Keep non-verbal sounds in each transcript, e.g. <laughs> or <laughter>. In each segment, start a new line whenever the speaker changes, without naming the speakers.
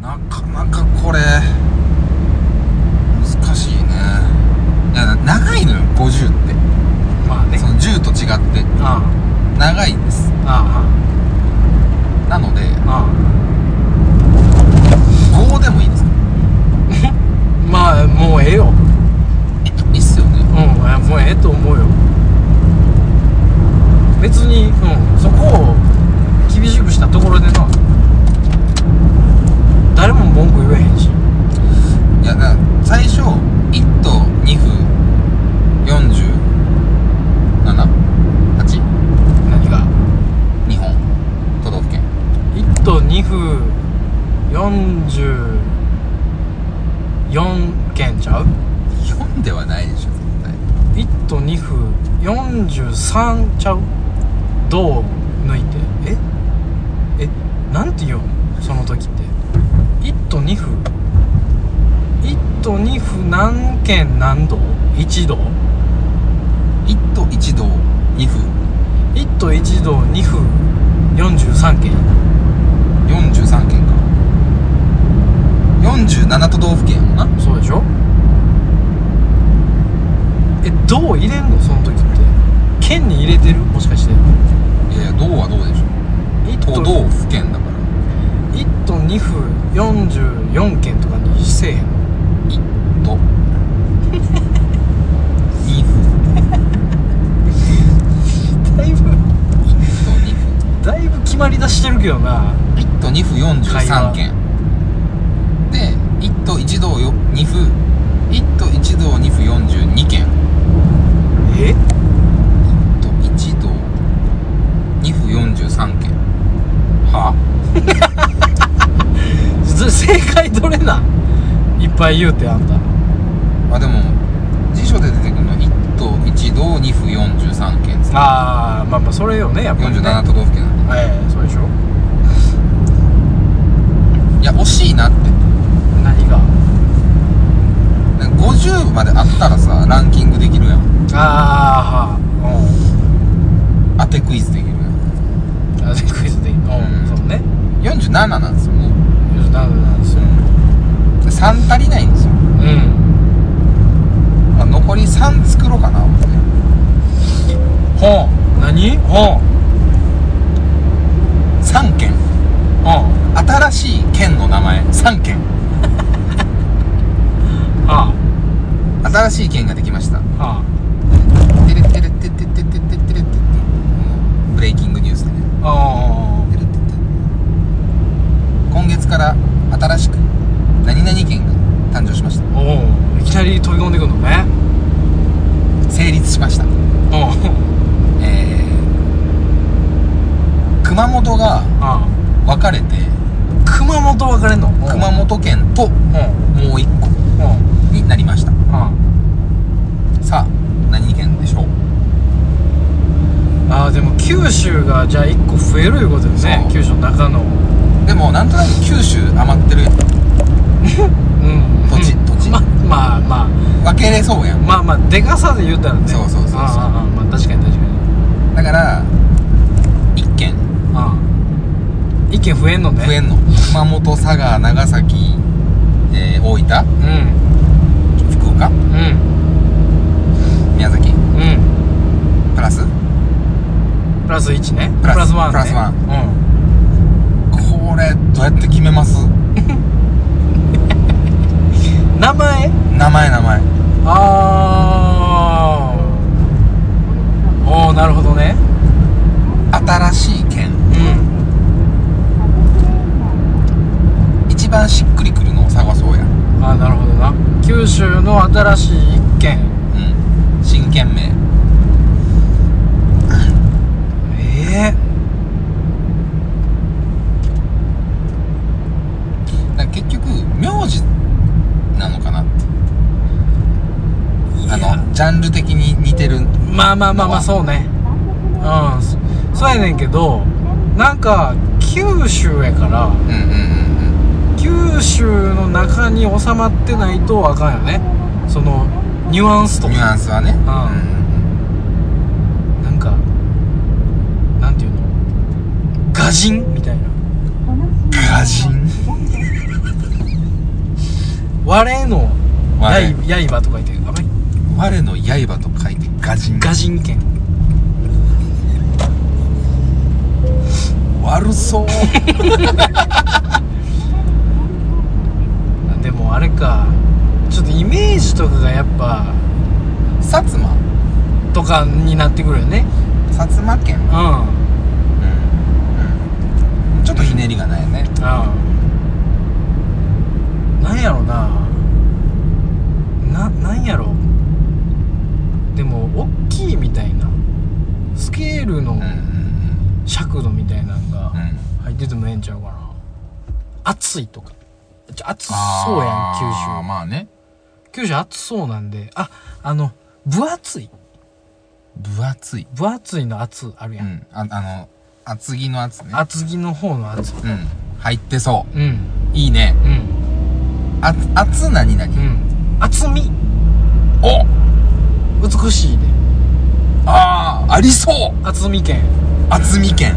なかなかこれ難しいねいや長いのよ50って
まあね
その10と違って
あ
長いんです
ああ
なので
ああ
5でもいいですか
あまあもうええよ
いいっすよね
うんあもうええと思うよ別に、うん、そこを厳しくしたところでな誰も文句言えへん
い
し
やだから最初1と2分478
何が
日本都道府県
1都2府44件ちゃう
4ではないでしょ絶対
1都2府43ちゃうどう抜いてええなんて言うのその時って1都2府1都2府何県何道一道
1と1道2分
1都1道2府43県
43県か47都道府県やもんな
そうでしょえどう入れんのその時って県に入れてるもしかして
いやいや道はどうでしょう
1
都道府県だから
1都2府44県とかにせえへんの
一 <laughs> 都二分
だいぶ
と二分
だいぶ決まりだしてるけどな
一都二府43県で一都一道よ二府一都一道二府42県
え
一都一道二府43県は
ず正解どれなんいっぱい言うてあんた
あでも辞書で出てくるのは一都一道二府43県です
あーまあまあそれよねやっぱり、ね、
47都道府県なんで
ええそうでしょ
いや惜しいなって
何が
なんか50まであったらさランキングできるやん
あーは
当てクイズできるやん
うんあクイズでいいうんそうね
47なんですよもう
47なんですよ
3足りないんですよ、
うん
まあ、残り3作ろうかな思って
ほう何ほう
3件
ほう
新しい県の名前3件
あ
新しい県ができました
ああ
テレテレテテテテテテテテブレイキングニュースでね
ああ
テレテテ今月から新しく何々県が誕生しました
おおいきなり飛び込んでくんのね
成立しました
おう
えー、熊本が
あ
分かれて
あ熊本分かれんの
熊本県と
うん
もう1個
うん
になりました
うん
さあ何県でしょう
ああでも九州がじゃあ1個増えるいうことですね
そう
九州の中のう
でもなんとなく九州余ってる
ん
土地
うん
土地
ままあまあ
分けれそうやん
まあまあでかさで言うたらね
そうそうそうそう
ああああまあ確かに確かに
だから一軒
ああ一軒増えんのね
増えんの熊本佐賀長崎、えー、大分
うん
福岡
うん
宮崎
うん
プラス
プラス1ね
プラス
ワンね
プラスワン
うん
これどうやって決めます
名前
名前名前
ああおおなるほどね
新しい県
うん
一番しっくりくるのを探そうやう
ああなるほどな九州の新しい一軒
ん新県名
ええ
だから結局名字なのかなってあのジャンル的に似てる
まあまあまあまあそうねうんそそうやねんけどなんか九州やから
うんうんうんうん
九州の中に収まってないとあかんよねそのニュアンスと
ニュ
か
アンスはね、う
なんかなんていうのガジンみたいな
ガジン
我の
我
刃刃とか言ってあんまり
我の刃と書いてガジン
ガジン剣
悪
<laughs>
そう
でもあれかちょっとイメージとかがやっぱ
薩摩
とかになってくるよね
薩摩県
うんうん
うん、うん、ちょっとひねりがないよね
なんやろなななんやろでも大きいみたいなスケールの
うんうん
尺度みたいなのが
うんうん
入っててもええんちゃうかな暑いとかちょ暑そう
あー
やん九州
まあね
九州暑そうなんでああの分厚い
分厚い
分厚いの厚あるや、
うんんああの厚着の厚ね
厚着の方の厚
うん入ってそ
うん
ういいね
うん
あ厚何々、
うん厚み
お
美しいで
ああありそう
厚み県
厚み県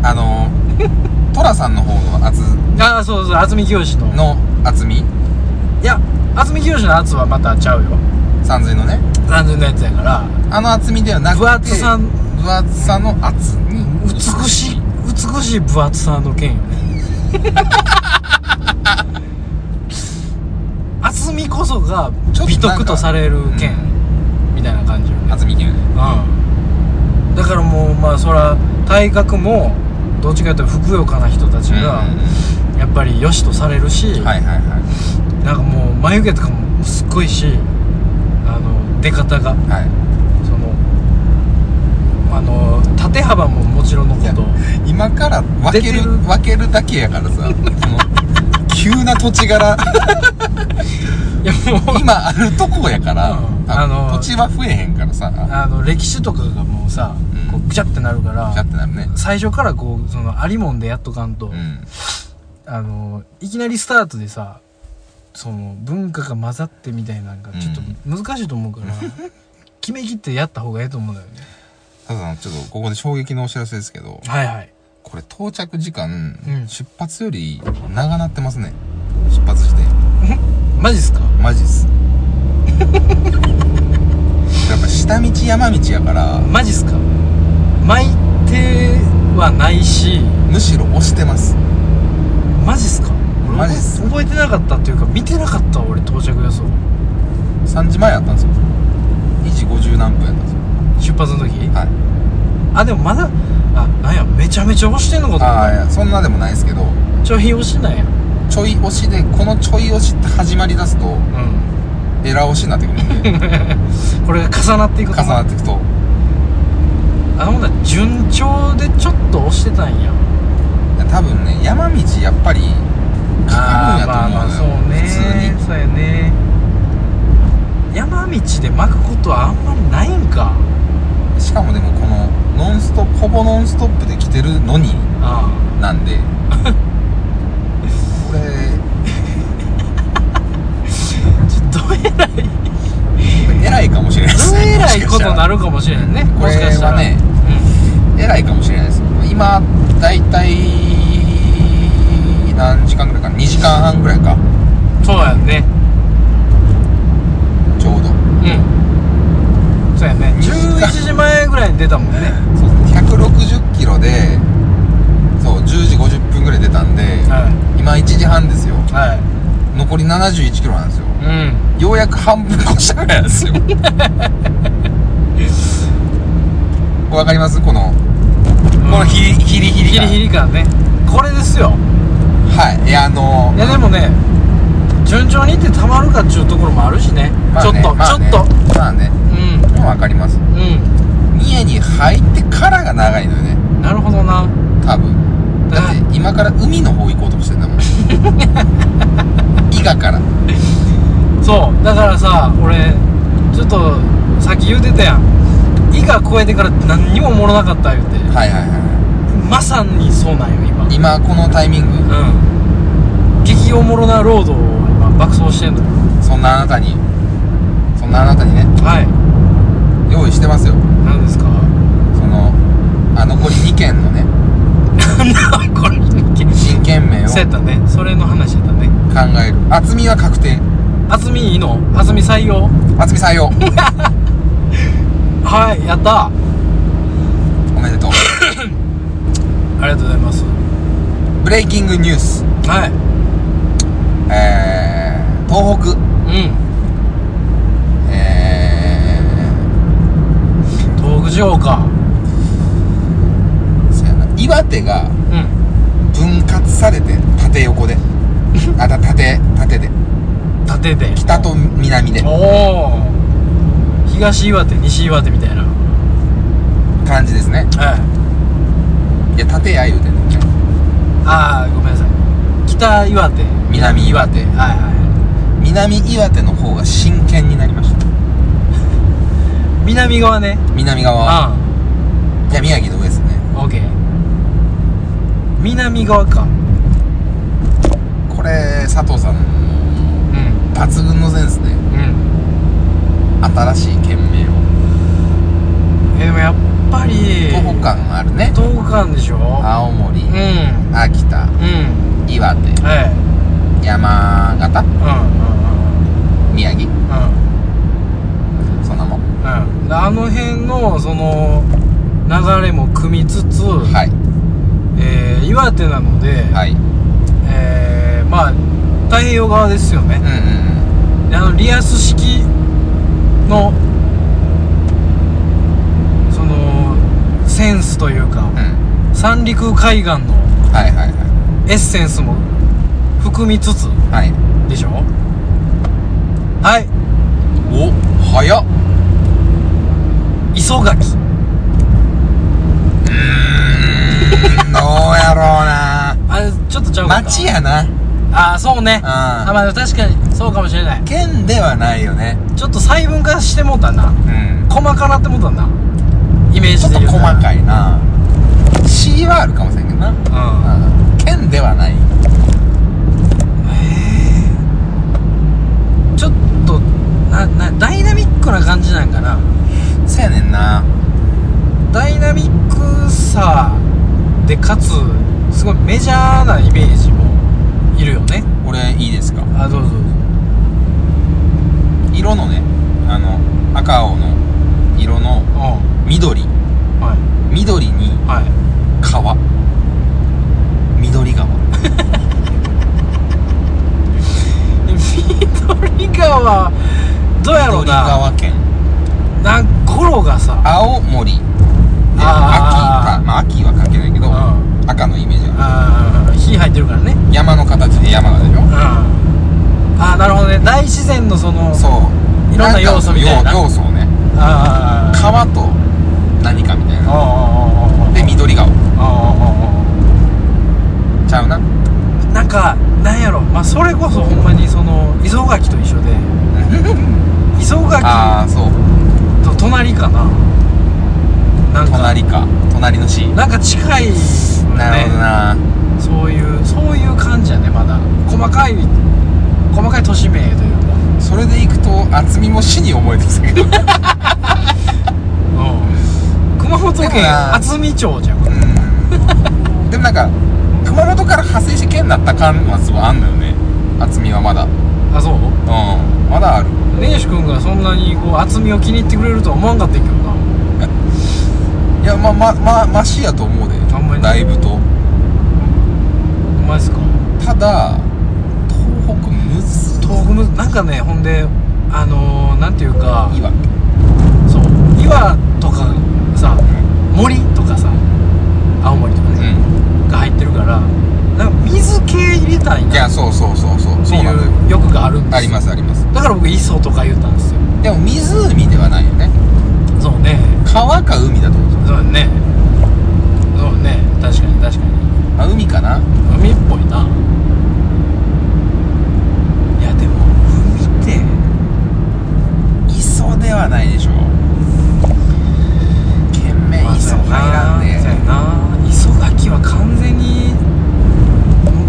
うん
あ
<laughs>
のートラさんの方の厚
ああそうそう渥美清の
の厚み
いや渥美清の厚はまたちゃうよ
三髄のね
単純なやつやから
あの厚みではなくて
分厚さ
分厚さの厚に
美しい美しい分厚さの剣よ
<laughs>
ね厚みこそが
ちょっと
美
なん
徳
か
とされる剣みたいな感じよね
厚み県
うんだからもうまあそら体格もどっちかというとふくよかな人たちが
うんうん
やっぱり良しとされるし、
うんはいはいはい
なんかもう眉毛とかもすっごいしあの出方が
は
そのあの縦幅ももちろんのこ
い今から分け
出
る
てる
分けるだけやからさその急な土地柄
といやもう
今あるとこやから、
うん
あ
あのー
土地は増えへんからさガ
あの歴史とかがもうさ、
うん
こうぐちゃってなる
チ
か
ャっ
ら
てなるね
最初からこうそのありもんでやっとかんと、
うん
あのいきなりスタートでさその文化が混ざってみたいなんかちょっと難しいと思う <laughs> から、決め切ってやった方がいいと思うんだよね
ただちょっとここで衝撃のお知らせですけど
はいはい
これ到着時間、
うん
出発より長なってますね出発して
マジっすか
マジっす <laughs> やっぱ下道山道やから
マジっすか巻いてはないし
むしろ押してます
マジっすか俺
マジっす
覚えてなかったっていうか見てなかったわ俺到着予想
3時前やったんですよ2時50何分やったんですよ
出発の時
はい
あでもまだあなんやめちゃめちゃ押してんのかと
あ
思
あいやそんなでもないですけど
ったちょい押しなんや
ちょい押しでこのちょい押しって始まりだすと
う
エラー押しになってく
<laughs>
るんで
んこれが重なっていく
重なっていくと
あほんなら順調でちょっと押してたんや
多分ね山道やっぱりか
ーま
かる
あまあ
んやと
そ
思うのよ
うね
普通
そうやね山道で巻くことはあんまりないんか
にしかもでもこのノンストップほぼノンストップで来てるのに
あ
なん
<laughs>
でこれ
あちょっとどえらい
偉いかもしれないです
ど
ね
えらいことな
る
るかもしれんね
こ
も
れ
しかした
は
ら
ね偉いかもしれないです今だいたい何時間ぐらいかな2時間半ぐらいか
うんそうやね
ちょうど
うんそうやね11時前ぐらいに出たもんね
そう160キロでそう10時50分ぐらい出たんで
は
今1時半ですよ
いはい
残り71キロなんですよ
うん
ようやく半分越したぐらいなん
<laughs>
ですよわかりますこのこのヒリヒリヒリ
ヒ
感
リヒリ感ねこれですよ
はいいやあの
いやでもね順調にいってたまるかっちゅうところもあるしね,、
まあね
ちょっと、
まあね
ちょっと
まあね
う
もうわかります
ん
三重に入ってからが長いのよね
うんなるほどな
多分だって今から海の方行こうとしてんだもん伊賀から
そうだからさ俺ちょっとさっき言うてたやん「伊賀越えてから何にもおもろなかった」言うて
はいはいは
まさにそうなんよ今
い今このタイミング
うん激おもろなロードを今爆走してんのよ
そんなあなたにそんなあなたにね
はい
用意してますよ
何ですか <laughs>
そのあ残り2件のね
これ
人件名を
<laughs> そうやったねそれの話やったね
考える厚みは確定
厚みいいの厚み採用
厚み採用
はいやったあ
おめで
<laughs>
とう
りがとうございます
ブレイキングニュース
はい
えー、東北
うん
え
東北地方か
ー、そうやな岩手が
うん
分割されて縦横
<laughs>
であだ縦縦で
縦で
北と南で
おお東岩手西岩手みたいな
感じですね
はい
いや縦や言うてんのね
ああごめんなさい北岩手
南岩手
はいは
南岩手の方が真剣になりました
い南側ね
南側
あ
いや宮城の上ですね
オッケー南側か
これ佐藤さん
う
の
ん
抜群のセンスで
うん
新しい県名を
えでもやっぱり
東北感あるね
東北間でしょ
青森
うん
秋田
うん
岩手
はい
山形
うん
宮城
うんうんうん
そんなもん
うん、あの辺のその流れも組みつつ、
はい
えー岩手なので、
はいうん
えーまあ太平洋側ですよね、
うん
であのリアス式のそのセンスというか
うんうん
三陸海岸の
はいはいは
エッセンスも含みつつ
いはい
でしょはい
お早っ
磯垣
うーんどうやろう
<laughs>
な
あれちょっとちゃうかった
町やな
ああそうねあ
う
まあ確かにそうかもしれない
ん県ではないよね
ちょっと細分化してもうたな
うん
細かなってもうたなイメー
ちょっ
ジで
と
言う
細
な
かいな C はあるかもしれんけどな
うん
うん県ではない
ちょっとななダイナミックな感じなんかな
そやねんな
ダイナミックさでかつすごいメジャーなイメージもいるよね
俺いいですか
あどうぞどうぞ
色のねあの赤青の色の
う
緑
んはい
緑に
はい
川緑川
緑川どうやろう
緑
な
川県
なんゴロがさ
青森で秋
あー
かまあ秋は関係ないけど
うん
赤のイメージがあ
あー火入ってるからね
る山の形で山がでしょ
うんああなるほどね大自然のその
そう
いろんな要素みたいな
か要要素をね
あー
川と何かみたい
あー
な
あーあーあー
で緑川
あーあーあ
ちゃう
<laughs>
な
ーなんかなんやろまあそれこそほんまにその磯垣と一緒で磯垣
ああそう
と隣かななんか
隣か隣の市
なんか近いよね
なるほどな
そういうそういう感じやねまだ細かい細かい都市名というか
それでいくと厚みも市に思えてきた
<laughs>
けどうん
うん熊本
でも
県
な
渥美町じゃん
でもなんか熊本から派生して県になった感はすごいあんのよね厚みはまだうん
あそう
まだある
根岸君がそんなにこう厚みを気に入ってくれるとは思わんかったんやけどない
やまあまあまあマシやと思うで
あんまり
だいぶと
お前ですか
ただ東北むず
東北むなんかねほんであのー、なんていうか
いいわ
そう岩とかさ森とかさ青森とか
う
ね、
ん
が入ってるからなんか水系入れたい
い
なっ
やそうそうそうそう
て
そうなのよ
いう欲があるんですよ
ありますあります
だから僕磯とか言ったんですよ
でも湖ではないよね
そうね
川か海だと思う
そうねそうね確かに確かに
あ海かな
海っぽいないやでも海って
磯ではないでしょ懸命
まあ
磯入らんで、
そうやな磯垣は完全に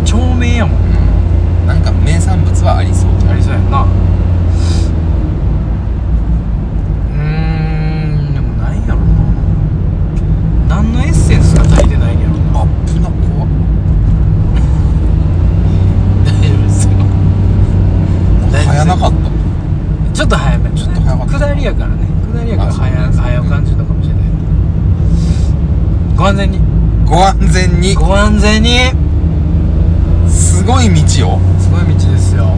町名やもん
うん、なんか名産物はありそう
ありそうやんなうーんでもないやろ
<laughs>
な何のエッセンスが足りてないんやろな
あっぶな怖っ
<laughs> 全に
ご安全に
ご安全に
すごい道よ
すごい道ですよ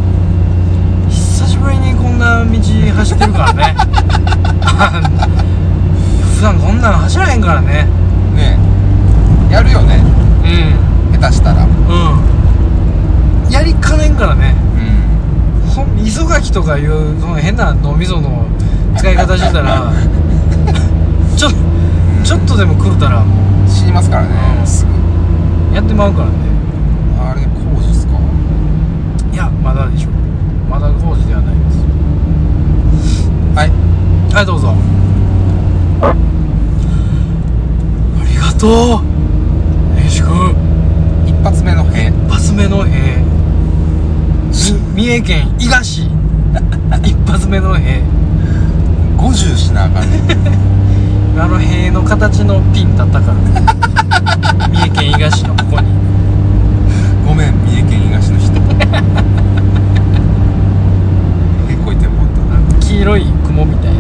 久しぶりにこんな道走ってるから <laughs> ねあの普段こんなん走らへんからね
ねえやるよね
うん
下手したらう
うんやりかねんからね
ん
ほん磯垣とかいうその変な脳みその使い方してた <laughs> らちょちょっとでも狂ったらも
死にますからね、
うん
すぐ
うやってまうからね
あれ工事っすか
いやまだでしょまだ工事ではないです
はい
はいどうぞありがとう林くん
一発目の塀
一発目の塀す三重県伊賀市 <laughs> 一発目の塀
50しなあかんね
あの塀の形のピンだったから <laughs> 三重県伊賀市のここに
ごめん三重県東の人へこいてもうたな
黄色い雲みたいな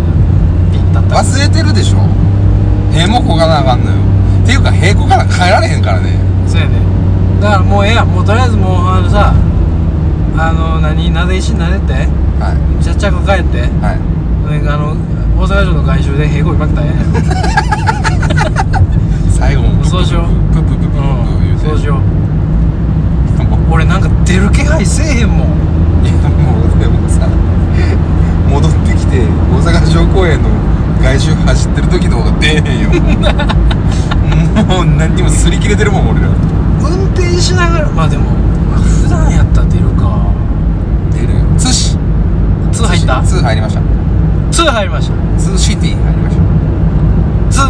ピンだったから
忘れてるでしょ塀もこがなあかんのよっていうか塀こから帰られへんからね
そうやねだからもうええやんもうとりあえずもうあのさあの何なで石なでて
は
ちゃっちゃく帰って
いはい
なんかあの大阪城の外周でへこみまくったらええやん
最後も
そうし <laughs> よう
ププププププププ言
うん
うて
そうしよう
なんか
俺なんか出る気配せえへんもん
いやもうでもさ戻ってきて大阪城公園の外周走ってる時の方が出えへんよもう何にも擦り切れてるもん俺ら
運転しながらまあでもあ普段やったら出るか
出るよ通し
2入った
通入りました
2入りました
通シティ入りまし
2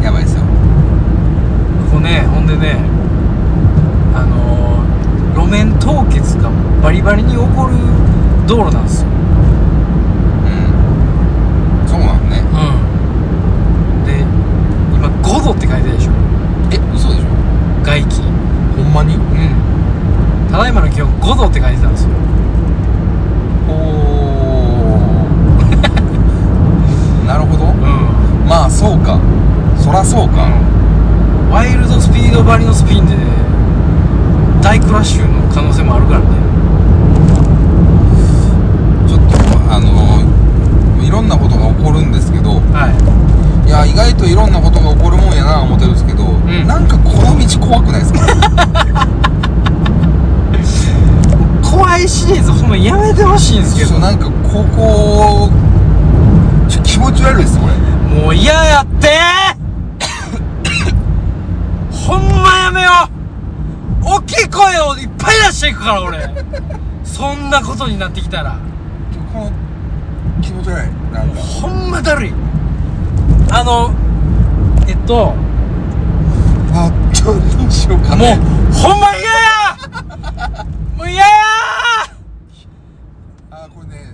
たやばいですよ
ここねほんでねあのー、路面凍結がバリバリに起こる道路なんですよ
うんそうなんね
うんで今5度って書いてるでしょ
え嘘でしょ
外気
ほんまに
うんただいまの気温5度って書いてたんですよ
おお <laughs> なるほど
うん
まあそうかそらそうか、
ワイルドスピードばりのスピンで大クラッシュの可能性もあるからね
ちょっとあのいろんなことが起こるんですけど
はい
や意外といろんなことが起こるもんやな思ってるんですけど、
ん
なんかこの道怖くないですか
い怖いシリーズほんまやめてほしいんですけ
そ
ど
うなんかここちょ気持ち悪いですこれ
もう嫌やって <coughs> ほんまやめよう大きい声をいっぱい出していくから俺そんなことになってきたら
ちょこの気持ち悪いなんか
ほんまだるいあのえっと
あちょっとどうしようか
もう
ね、
ほんま嫌やもう嫌や
あこれね、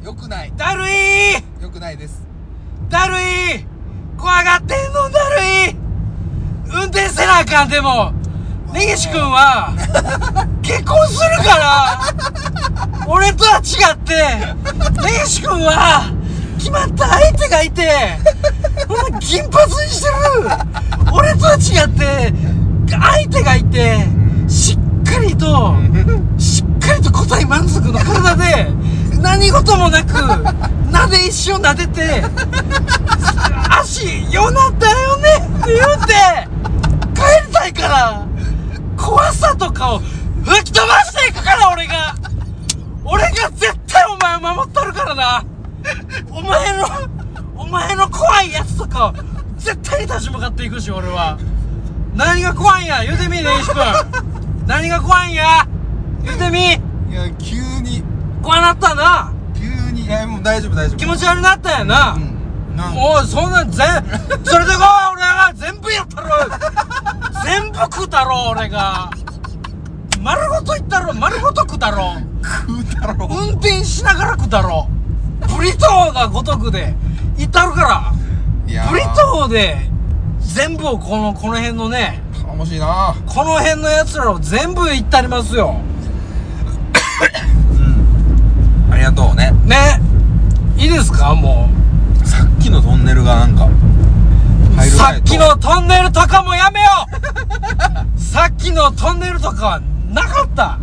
うん、よくない
だるい
よくないです
だるい怖がってんのだるい運転せなあかんでも根岸君は結婚するから俺とは違って根岸君は決まった相手がいてほんな銀髪にしてる俺とは違って相手がいてしっかりとしっかりと答え満足の体で何事もなくなで石を撫でて足よなったよねって言うて帰りたいから怖さとかを吹き飛ばしていくから俺が俺が絶対お前を守っとるからなお前のお前の怖いやつとかを絶対に立ち向かっていくし俺は何が怖いんや言うてみね石君何が怖いんや言うてみ
いや急に
怖なったな
急にいやもう大丈夫大丈夫
気持ち悪なったんやな、
うんなんか
もうそんなん全それでこう俺が全部やったろ全部食うたろ俺が丸ごといったろ丸ごと食うたろ
食うたろ
運転しながら食うたろブリトーがごとくでいったるか
いや
ら
ー
ブリトーで全部をこのこの辺のね
頼もしいな
この辺のやつらを全部いったりますよ
ありがとうね
ねいいですかも
さっきのトンネルがなんかイル
さ
ライ
っ
ト
きのトンネルとかもやめよ
<laughs>
さっきのトンネルとかはなかった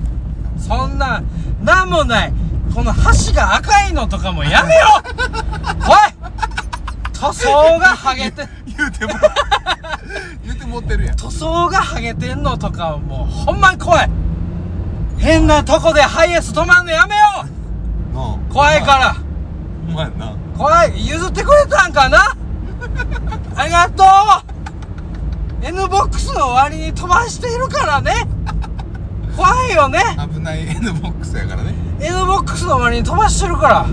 そんな、なんもないこの橋が赤いのとかもやめよ
<laughs>
おい塗装がハゲて、
言うても <laughs> 言うて持ってるやん
塗装がハゲてんのとかもうほんまに怖い変なとこでハイエース止まんのやめよ
なあ
怖いから
お前な
怖い譲ってくれたんかな <laughs> ありがとう N ボックスの終わりに飛ばしているからね怖いよね
危ない N ボックスやからね
N ボックスの終わりに飛ばしてるから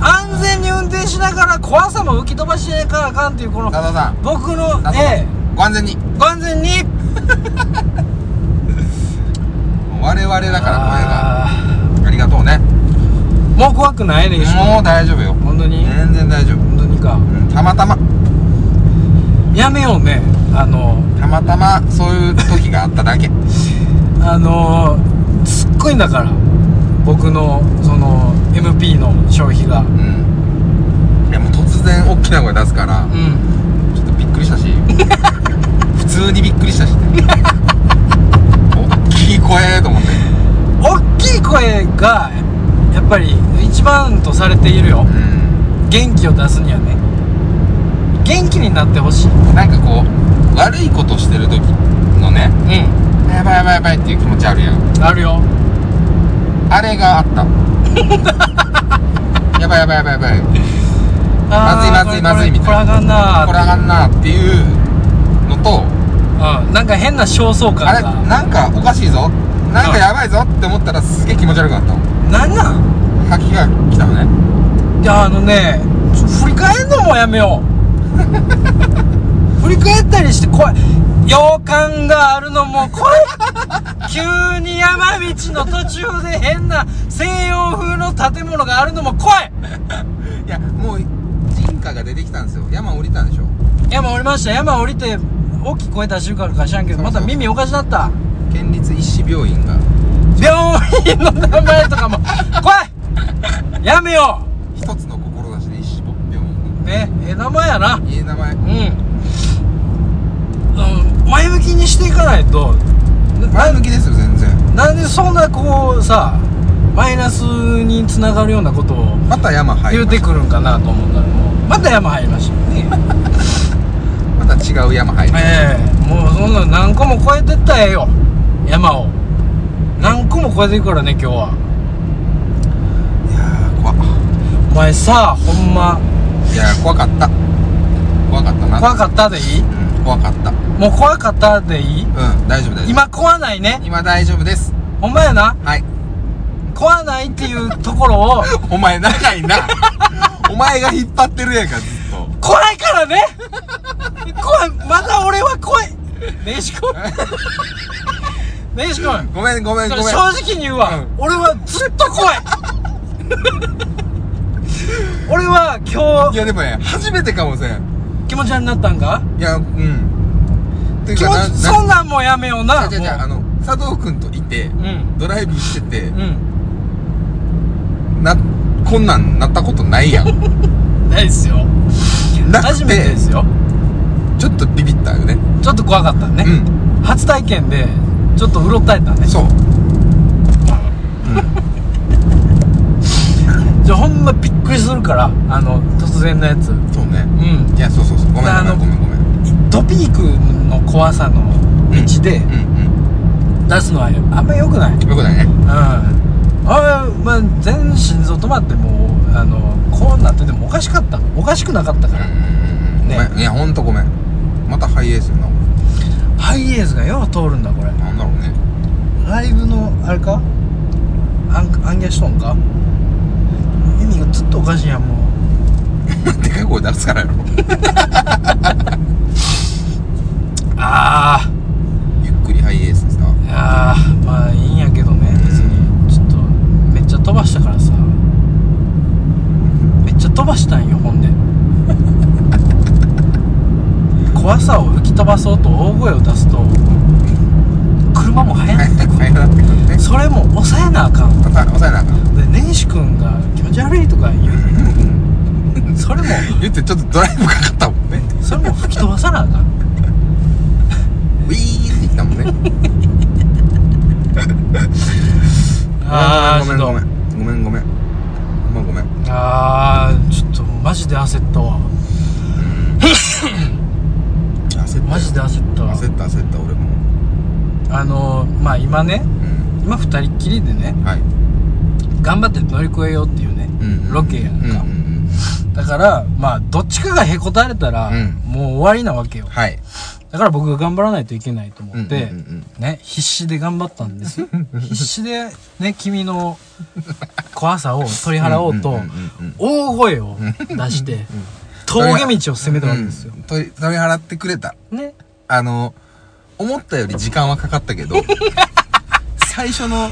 安全に運転しながら怖さも浮き飛ばしていかなあかんっていうこの
佐藤さん
僕の
佐藤さん、
え
ご安全に
え完全に
我々だから声が
あ
ありがとうね
ーもう怖くないでしょ
もう大丈夫よ
本当に
全然大丈夫
本当にか
うんたまたま
やめようねあの
たまたまそういう時があっただけ
あのー、すっごいんだから僕のその MP の消費が
うんいやもう突然大きな声出すから
うん
ちょっとびっくりした <laughs> し普通にびっくりしたしね <laughs> 大きい声と思って
大きい声がやっぱり一番とされている
う
よ
ん
元気を出すにはね元気になってほしい
なんかこう悪いことしてる時のね
う
やばいやばいやばいっていう気持ちあるやん
んあるよ
あれがあった
<laughs>
やばいやばいやばいやばいこれ
あー
まずいまずいまず
これ
いみたいな
これあかんなー
あかんなっていうのと
うんなんか変な焦燥
あ
感
れ
が
なんかおかしいぞなんかやばいぞって思ったらすげえ気持ち悪くなったの
なんなん
吐きが来たのね
いやあのねちょ振り返るのもやめよ
<laughs>
う振り返ったりして怖い洋館があるのも怖い急に山道の途中で変な西洋風の建物があるのも怖い
いやもう人家が出てきたんですよ山降りたんでしょ
山降りました山降りて大きい声出してるからか知らんけど
そうそ
ま
う
た耳おかしなった
県立医師病院が
病院の名前とかも怖いやめよ
一つの志で医師病院
うねええ名前やな
家名前
うん、うん、前向きにしていかないと
前向きですよ全然
なんでそんなこうさマイナスにつながるようなことを
また山入
言
り
う
ま
て
した
くるんかなと思ったらもうまた山入りましたね
また違う山入りまし
ええもうそんな何個も超えてったらええよ山を何個も超えていくからね今日は
たいやー怖っ
お前さほんま
いやー怖かった怖かったな
怖かったでいい
うん怖かった
もう怖かったでいい
うん大丈夫大丈夫
今怖ないね
今大丈夫です
ほんまやな
はい
怖ないっていうところを
お前長いな <laughs> お前が引っ張ってるやんかずっと
怖いからね怖いまだ俺は怖いねえしこねえしこ
ごめんごめん
そ
ごめ
れ
ん
正直に言うわ、
うん
俺はずっと怖い俺は今
い
日
やでもね初めてかもせん
気持ち悪になったんか
いやうんていう
気持
か
ちそんなんもやめような
違う違う違うあの佐藤君といて
もううん
ドライブしてて
うん
なこんなんなったことないやん
ないですよ
なく
初めて
て
ですよ
ちょっとビビったよね
ちょっと怖かったね、
う
初体験でちょっとうろたえたね
んそう
じゃあほんまびっくりするからあの突然のやつうん
そうねいやそうそうそうごめん
あ
ごめ
の
んごめんごめん
ドピークの怖さの道で
うん
出すのはあんま良くない
うんよくないね
うんあれまあ、全心臓止まってもうあのこうなっててもおかしかったおかしくなかった
う
か
ん
ら、
うんうん
ね
ごめんいやほんとごめんまたハイエースの
ハイエースがよう通るんだこれ
なんだろうね <laughs>
ライブのあれかアンアンギャシトンか意味がずっとおかしいやんも
でかい声出すからやろ <laughs>
うあ
ゆっくりハイエースさ
あいやーまあいいんやけどね別にちょっとめっちゃ飛ばしたからさめっちゃ飛ばしたんよほんで怖さを吹き飛ばそうと大声を出すと車も速
は
ないってくる
はいなってくるね
それも抑えなあかん
押さえ抑えなあかん <laughs>
で根岸君が気持ち悪いとか言う
うん
それも
言ってちょっとドライブかかったもんね
そそれも吹き飛ばさなあかん
ウィーンってきたもんね
あ
ごめ
ー
ん
ちょ
ごめんごめ
っと
んごめんごめんほんまごめん
あーちょっとマジで焦ったわ
焦った
マジで焦ったわ
焦った焦った俺も
あのまあ今ね
うん
今二人っきりでね
はい
頑張って乗り越えようっていうね、
うん
ロケやん
うんうん
か、
うん
だからまあどっちかがへこたれたら、
うん
もう終わりなわけよ
はい
だから僕が頑張らないといけないと思って、
うんうんうん
ね必死で頑張ったん
<laughs>
ですよ必死でね君の怖さを取り払おう
うん
と
うんうんうんうん
大声を出して峠道を攻めたわけですよ、
うん取り取り払ってくれた
ね
あの思ったより時間はかかった
<laughs>
けど最初の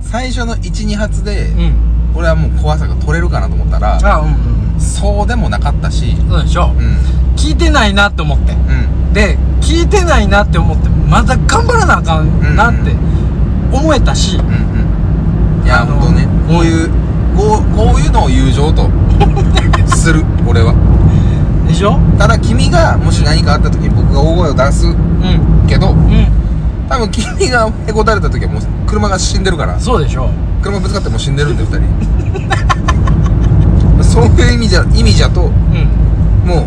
最初の12発で、
うん
俺はもう怖さが取れるかなと思ったら
あうんうん
そうでもなかったし
そうでしょ
うん
聞いてないなって思って
うん
で聞いてないなって思ってまだ頑張らなあかんなって思えたし、
うんうんいや
あの
本当ねこういうこうこういうのを友情
<laughs>
とする俺は
でしょ
ただ君がもし何かあった時に僕が大声を出す
うん
けど
うん
多分君がへこたれた時はもう車が死んでるから
そうでしょ
車ぶつかってもう死んでるんで二人 <laughs> そういう意味じゃ意味じゃと
うん
も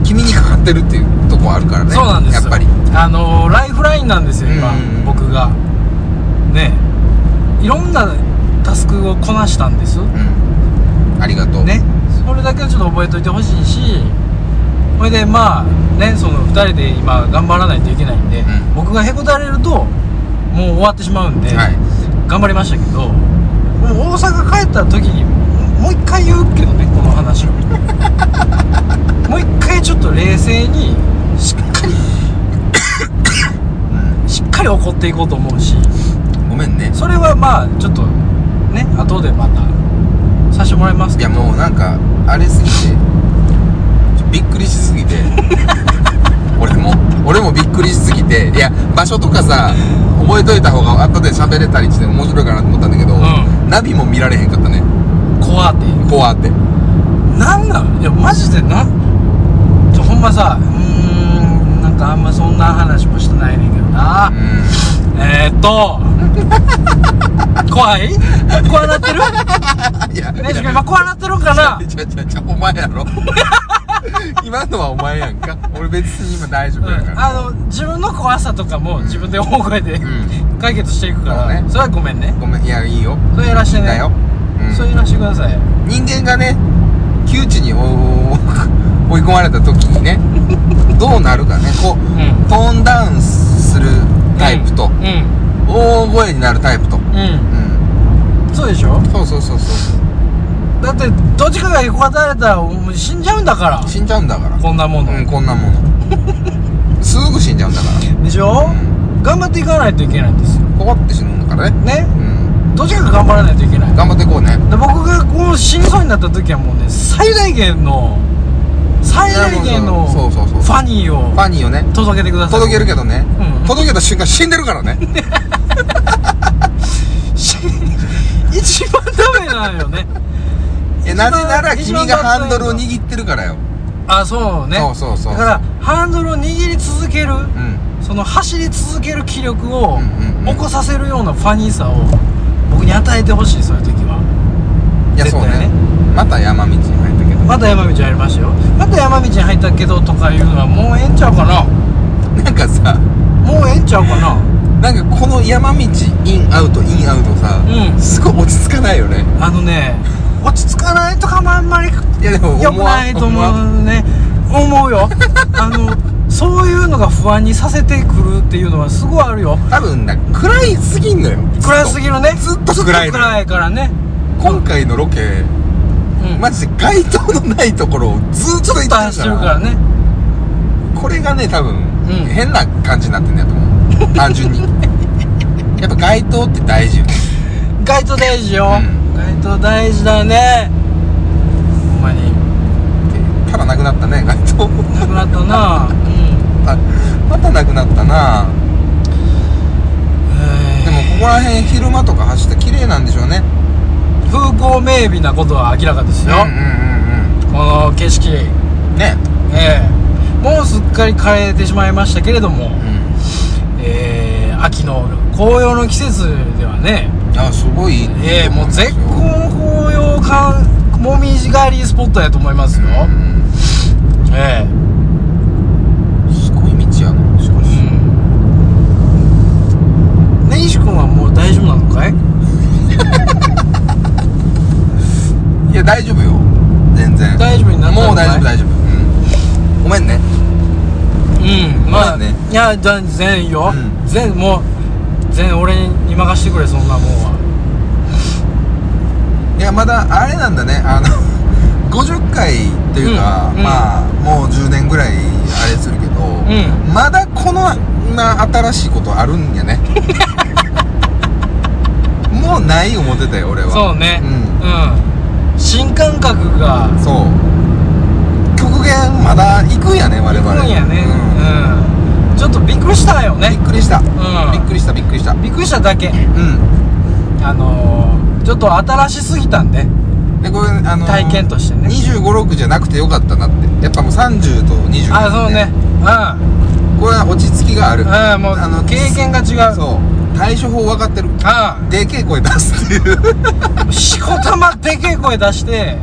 う君にかかってるっていうとこあるからね
そうなんですよ
やっぱり
あのーライフラインなんですよ今
うん
僕がねいろんなタスクをこなしたんです
うんありがとう
ねそれだけはちょっと覚えといてほしいしそれでまあねその2人で今頑張らないといけないんで、
うん
僕がへこたれるともう終わってしまうんで、
はい
頑張りましたけどもう大阪帰った時にもう一回言うけどねこ
<laughs>
の話をもう一回ちょっと冷静にしっかりしっかり怒っていこうと思うし
ごめんね
それはまあちょっとね後でまたさせてもらいます
い
け
や
ど
もうなんかあれすぎてちょびっくりしす
<laughs>
ぎて俺も俺もびっくりしすぎていや場所とかさ覚えといた方が後で喋れたりして面白いかなと思ったんだけど、
う
ナビも見られへんかったね
怖っていう
こうあって
<laughs> なんなんいやマジでなんちょほんまさうーんなんかあんまそんな話もしてないねんけどな、
う
えー、っと怖い怖なってる
んいや
ねしかも今怖なってるんかな
<laughs> ちゃちゃちゃお前やろ <laughs> 今のはお前やんか俺別に今大丈夫やから、
あの自分の怖さとかも自分で大声で
う
解決していくから、
そうね
それはごめんね
ごめんいやいいよ
それやらしてね
だよ、うん
それやらしてください
人間がね窮地にお追い込まれた時にねどうなるかねこう
うん
トーンダウンするタイプと、
うん
大声になるタイプと、
うん、
う
うん、そうでしょ
ん、そうそうそうそう
だってどっちかが横たれたらもう死んじゃうんだから
死んじゃうんだから
こんなもの、
うんこんなものすぐ死んじゃうんだか
でしょ、
う
頑張っていかないといけないんですよ
らここって死ぬんだからね
ね
うん
どっちかが頑張らないといけないで
頑張っていこうね
僕がこう死にそうになった時はもうね最大限の最大限の
そうそうそう
ファニー
フ
を
ァニーをね
届けてください
届けるけどね、
うん
届けた瞬間死んでるから
<laughs>
ね
し <laughs> 一番ダメなの
<laughs>
よね
えなぜなら
一
君
番
がハンドルを握ってるからよ
あそうね
そうそうそう
だからハンドルを握り続ける
うん
その走り続ける気力を
うんうんうん
起こさせるようなファニーさを僕に与えてほしいそういう時はい
や
絶
そう
対
ね
ね
また山道に入ったけど
まだ山道入りましたよまだ山道に入ったけどとかいうのはもうええんちゃうかな
<laughs> なんかさ
もうええんちゃうかな
なんかこの山道インアウトインアウトさ、
うん
すごい落ち着かないよね
あのね落ち着かないとかもあんまり
いやでも
良くないと思うね思う
<laughs>
よあのそういうのが不安にさせてくるっていうのはすごいあるよ
多分な暗いすぎんのよ
暗すぎるね
ずっと暗いの
暗いからね
今回のロケ
うん
マジで街灯のないところをずっと行ってる
ちょっと
から
走ってるからね
これがね多分、
ん
変な感じになってんだと思う単純
<laughs>
にやっぱ街灯って大事よね
街灯大事よ、
うん
街灯大事だねほんまに
ただなくなったね <laughs> 街灯
なくなったなうん
あまたなくなったなでもここら辺昼間とか走って綺麗なんでしょうね
風光明媚なことは明らかですよ、
うんうんうん
この景色
うんね
うええもうすっかり枯れてしまいましたけれども、
うん
ええ秋の紅葉の季節ではね
あすごいいいね
ええもう絶好の紅葉かもみじ狩りスポットやと思いますよ、
うん
ええ
すごい道やなしかし
うん根岸君はもう大丈夫なのかい
いや大丈夫よ全然
大丈夫になったの
もう大丈
か
夫大
い
丈夫うんごめんね
うん
ま
ま
あ
あ、
ね
いやだ全員よ、
うん
全もう全俺に任してくれそんなもんはい
やまだあれなんだねあの <laughs> 50回っていうか、
うんうん
まあもう10年ぐらいあれするけど、
ん
まだこのな新しいことあるんや
<laughs>
ねもうない思ってたよ俺は
そうね
うん
うん新感覚が
そう極限まだ行くんやね我
い
々
くんやね
うん
うん、ちょっとびっくりしたよ
び
ね
っくりした、
ん
びっくりしたびっくりしたう
びっくりしただけ
ん
あのー、ちょっと新しすぎたんで
でこれあのー
体験としてね
256じゃなくてよかったなってやっぱもう30と20
あそうねう
これは落ち着きがある
んうんもう
あの
経験が違う
そう対処法分かってる
あ
でけえ声出すっていう
あしこたまでけえ声出して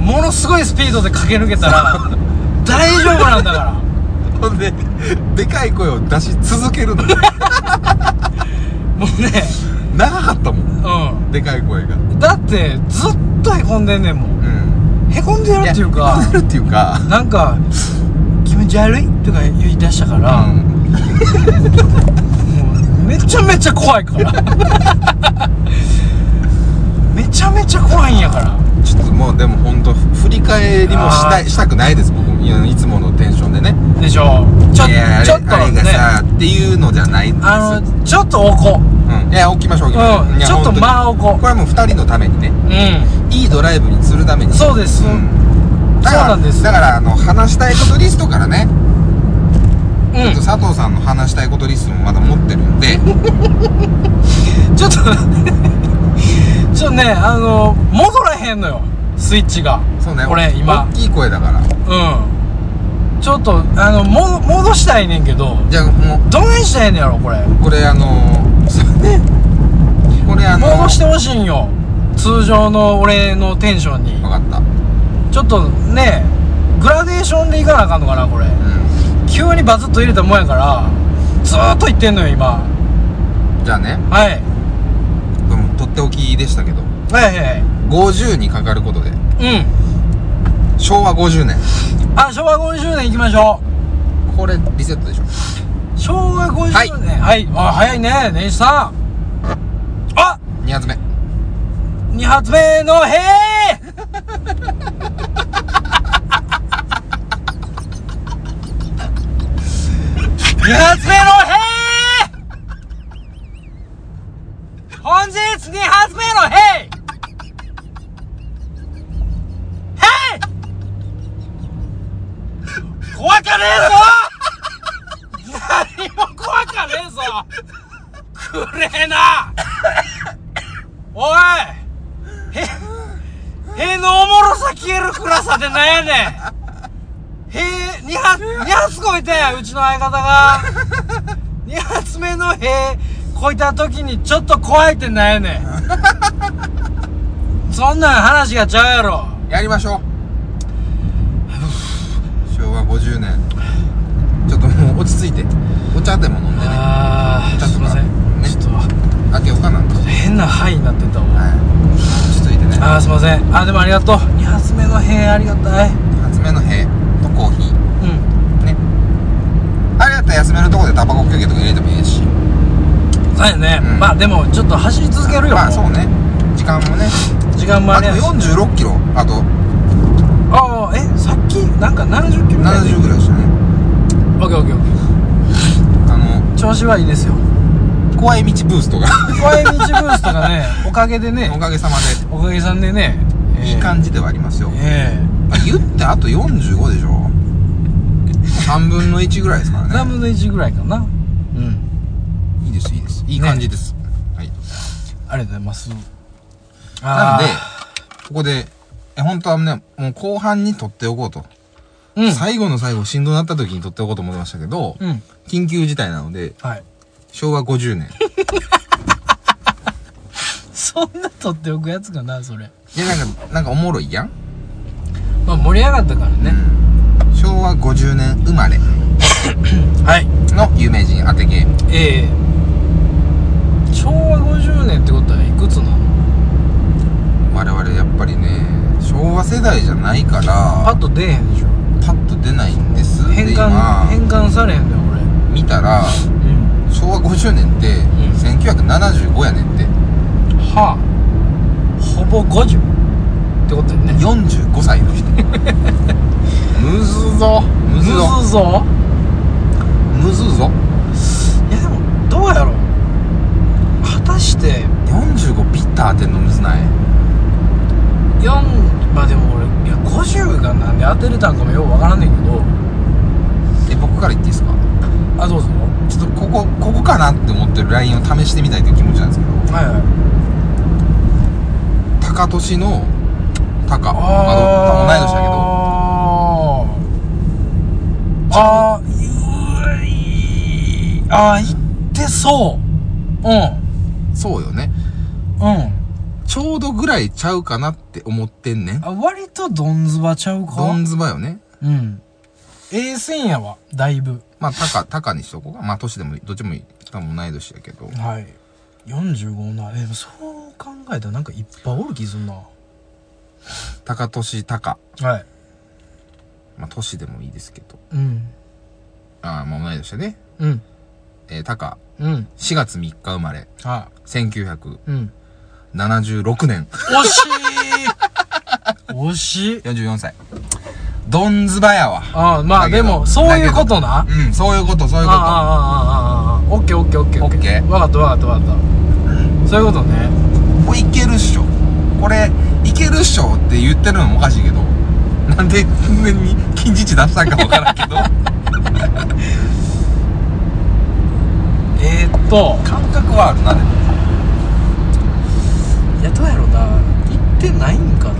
ものすごいスピードで駆け抜けたら大丈夫なんだから
ほんででかい声を出し続ける
<laughs>
の
もうね
長かったもん
う
でかい声がうん
だってずっとへこんでんねんもん
ん
へこんでるっていうか
なるっていうか
なんか気持ち悪いとか言い出したから、
うん
もうめちゃめちゃ怖いから <laughs> めちゃめちゃ怖いんやから
ちょっともうでも本当振り返りもした
あ
い
ー
したくないです僕いやいつものテンションでね
でしょちょ
いやあれ
ちょっと
あれ
ね
がさ、っていうのじゃないんです
あのちょっとおこう
うん、いや置きましょう置きましょう、
うん
いや
ちょっと間を置こう
本当にこれはもう2人のためにね
う
いいドライブにするために
んそうです、
う
うん
んだから
そうなんです
だからあの話したいことリストからね、ちょっと佐藤さんの話したいことリストもまだ持ってるんで
ちょっと <laughs> ちょっとねあの戻らへんのよスイッチが
そうね
これ今
大きい声だから
うんちょっとあのも戻したいねんけど
じゃあも
どないしたらええねんやろこれ
うこれあのー、そうねこれあの
戻してほしいんよ通常の俺のテンションに
分かった
ちょっとねグラデーションでいかなあかんのかなこれ
う
急にバズッと入れたもんやからずーっと言ってんのよ今
んじゃあね
はい
これもうとっておきでしたけど
はいはい
50にかかることで
はいうん
昭和50年
あ昭和50年いきましょう
これリセットでしょ
昭和50年はい、あ早いね年始さんあ
2発目
二発目の「へえ」二発目の「へえ」本日二発目の「へい」「へい」怖かねえぞ何も怖かねえぞくれえなおいへ、へのおもろさ消える暗さでなんやねんへ二発、二発超えてうちの相方が。二発目のへ超えた時にちょっと怖いってなんやねん。そんなん話がちゃうやろ。
やりま
<sighs>
しょう昭和50年ちょっともう落ち着いてお茶でも飲んでね
あー、すいません。
ね
ちょっと、
開けようかなんかはい
変な範囲になってたわ。
落ち着いてね
あー、すいません。あ、でもありがとう。二発目のへありがたい。
2発目の塀とコーヒー
うん。
ねあれやったら休めるとこでタバコ休憩とか入れてもいいし
そうやね。
うん
まあでも、ちょっと走り続けるよ。
まあそうね時間もね
時間も
あ
あ
と
れやし
46キロあと
ああえさっきなんか70キロぐらいで
70ぐらいでしたね
オッケーオッケーオッケ
あの
ー調子はいいですよ
怖い道ブーストが
怖い道ブースとか <laughs> ねおかげで
お
<laughs> ね
かげさまで
おかげさんでね
いい
じ
感じではありますよ
え
まあ言ってあと45でしょ3分の1ぐらいですか
え
ら
3
ね
分の1ぐらいかなうん
いいですいいですいい感じです、はい
ありがとうございます
なので
あ
ここでえ本当はねもう後半に取っておこうと
うん
最後の最後、しんどなった時に撮っておこうと思ってましたけど、
うん
緊急事態なので、
はい
昭和50年。
そんな取っておくやつかなそれ
いや、なんか、なんかおもろいやん。
まあ盛り上がったからね、
昭和50年生まれ
はい
の有名人当てゲーム。
ええ昭和50年ってことはいくつなの
我々やっぱりね、昭和世代じゃないから
パ、ッと出えへんでしょ
パッと出ないんです。
変
で、
換
今、
変換されへんで俺
見たら、
うん
昭和50年って、1975やねんって。
はあほぼ50ってことやね
45歳の人。 <laughs> むずぞ。む
む
ずぞ。
ずぞ
むずぞ。
いやでもどうやろう果たして
45ピッター当てんのむずない
4まあでも俺いや50がなんで当てれたんかもようわからんねんけど
え、僕から言っていいですか
あどうぞ
ちょっとここ、ここかなって思ってるラインを試してみたいという気持ちなんですけど、
はいはい
高年の高、まあ、同い年だけど、
ああーあーういあー行ってそううん
そうよね。
うん
ちょうどぐらいちゃうかなって思ってんねん。
あ割とドンズバちゃうか
どんずばよね。
うんええ線やわだいぶ
まあ、高、高にしとこうか。まあ、年でもいい、どっちもいい。多分同い年やけど。
はい45なえでもそう考えたらなんかいっぱいおる気すんなは
高年高。
い
まあ、年でもいいですけど。
うん
ああ、まあ、同い年だね。
うん
えー、高、
うん
4月3日生まれ、
は
1976
いうん
年、
惜しい <laughs> 惜しい
44歳。どんずばやわ。
ああまあ
だけ
で
ど
もそういうことな
うん、そういうこと、そういうこと。
ああああああああオッケーオッケーオッケー
オッケー
わかったわかったわかったそういうことね
これいけるっしょこれいけるっしょって言ってるのもおかしいけどなんで完全に近似値出したんかわからんけど
えー、っと
<laughs> 感覚はあるなでも
いやどうやろうな行ってないんかな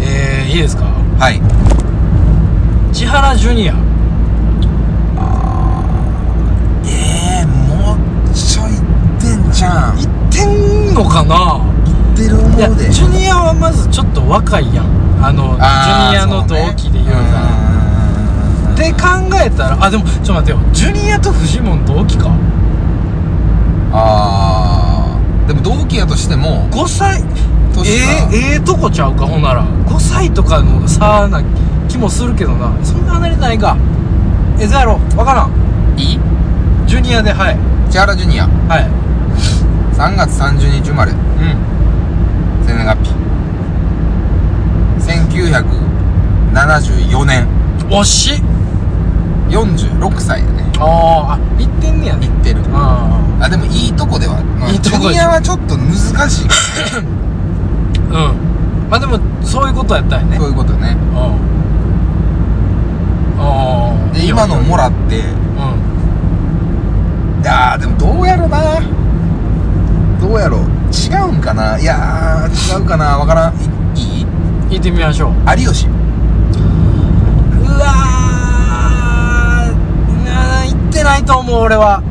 えー、いいですか
はい
千原ジュニア
ええもうちょいってんじゃんいっ
行ってんのかな
てる
いや
思
ジュニアはまずちょっと若いやんあのジュニアの同期で言うから
ら
で考えたらあでもちょっと待ってよジュニアとフジモン同期か
あーでも同期やとしても
5歳
年が
ええええとこちゃうかほんなら5歳とかの差な気もするけどなそんな離れてないかえゼロわからん
いい
ジュニアではい
千原ジュニア
はい
3月30日生まれ
うん
生年月日1974年
惜しい
46歳だね
あーあ言ってんねやね
言ってる
あ
あでもいいとこではある、まあ
いいとこでしょ
ジュニアはちょっと難しいか
あうんまあでもそういうことやったんやね
らそういうことね
うんああ
で今のもらって
うん
いやーでもどうやろなどうやろう違うんかないやー違うかなわからんいいい
行ってみましょう
有吉
うわーな行ってないと思う俺は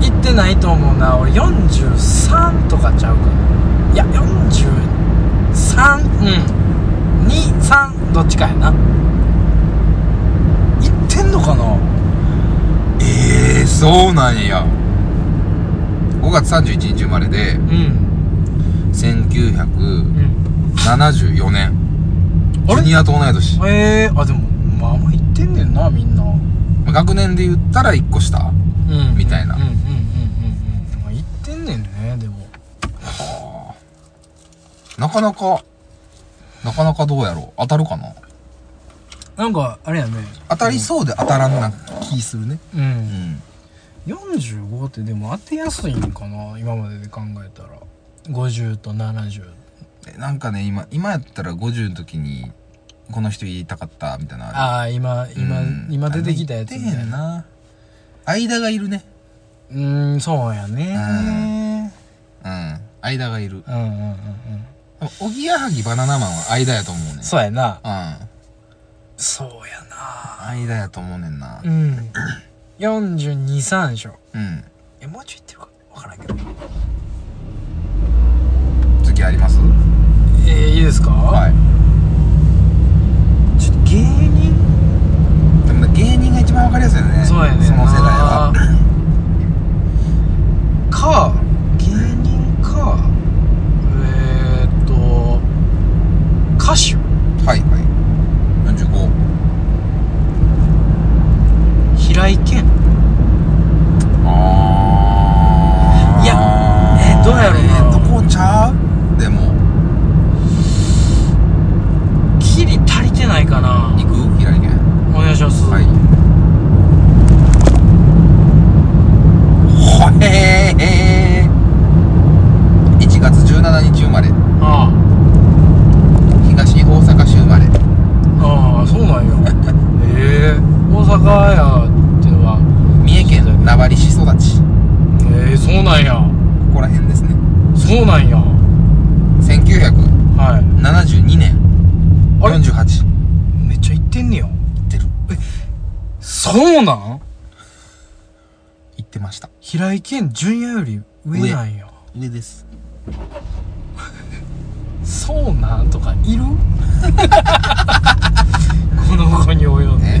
行ってないと思うな俺43とかちゃうかないや43うん23どっちかやな行ってんのかな
ええー、そうなんや5月31日生まれで
うんう
1974
ん
年ジ
あれ
ュニアと同い年
えー、あでもまあまあ行ってんねんなみんな
まあ学年で言ったら1個下
うん
みたいな
うんうんうんうんうんまあ行ってんねんねでも
なかなかなかなかどうやろう当たるかな
なんかあれやね
当たりそうで当たらんな気するね
うん
ん
45ってでも当てやすいんかな今までで考えたら50と70
えなんかね今今やったら50の時にこの人言いたかったみたいなのる
ああ今今、
うん
今出てきたやつ
あん
み
ま
た
言
い
ってへん
な
な間がいるね
うーんそうやね
うん間がいる
うんうんうん
おぎやはぎバナナマンは間やと思うねん。
そうやな
うん。
そうやな
間やと思うねんな
う。ん423でしょ
うん。
えもうちょいいってるか分からんけど
次あります
えー、いいですか
はい
ちょっと芸人
い。でもね、芸人が一番わかりやすいよね。
そうやねんな
その世代は。
か芸人かえー、っと歌手
はい、はい。45。
平井堅
あー。
いやえーどうやろうな
えー、どこちゃうでも、
キリ足りてないかな
行く平井堅。
お願いします、
はい。ほへーへー。1月17日生まれ。
あ
東大阪市生まれ。
あああそうなん <laughs> よええ大阪やってのは
三重県名張市育ち。
ええそうなんや
ここら辺ですね。
そうなんや
1972
はい
年。
あれ
48。行
めっちゃ行ってんねや
ってる。
そうなん
行ってました。
平井堅純也より上なんや
上です。
そうなんとかいる <laughs> この子に及ん
え
で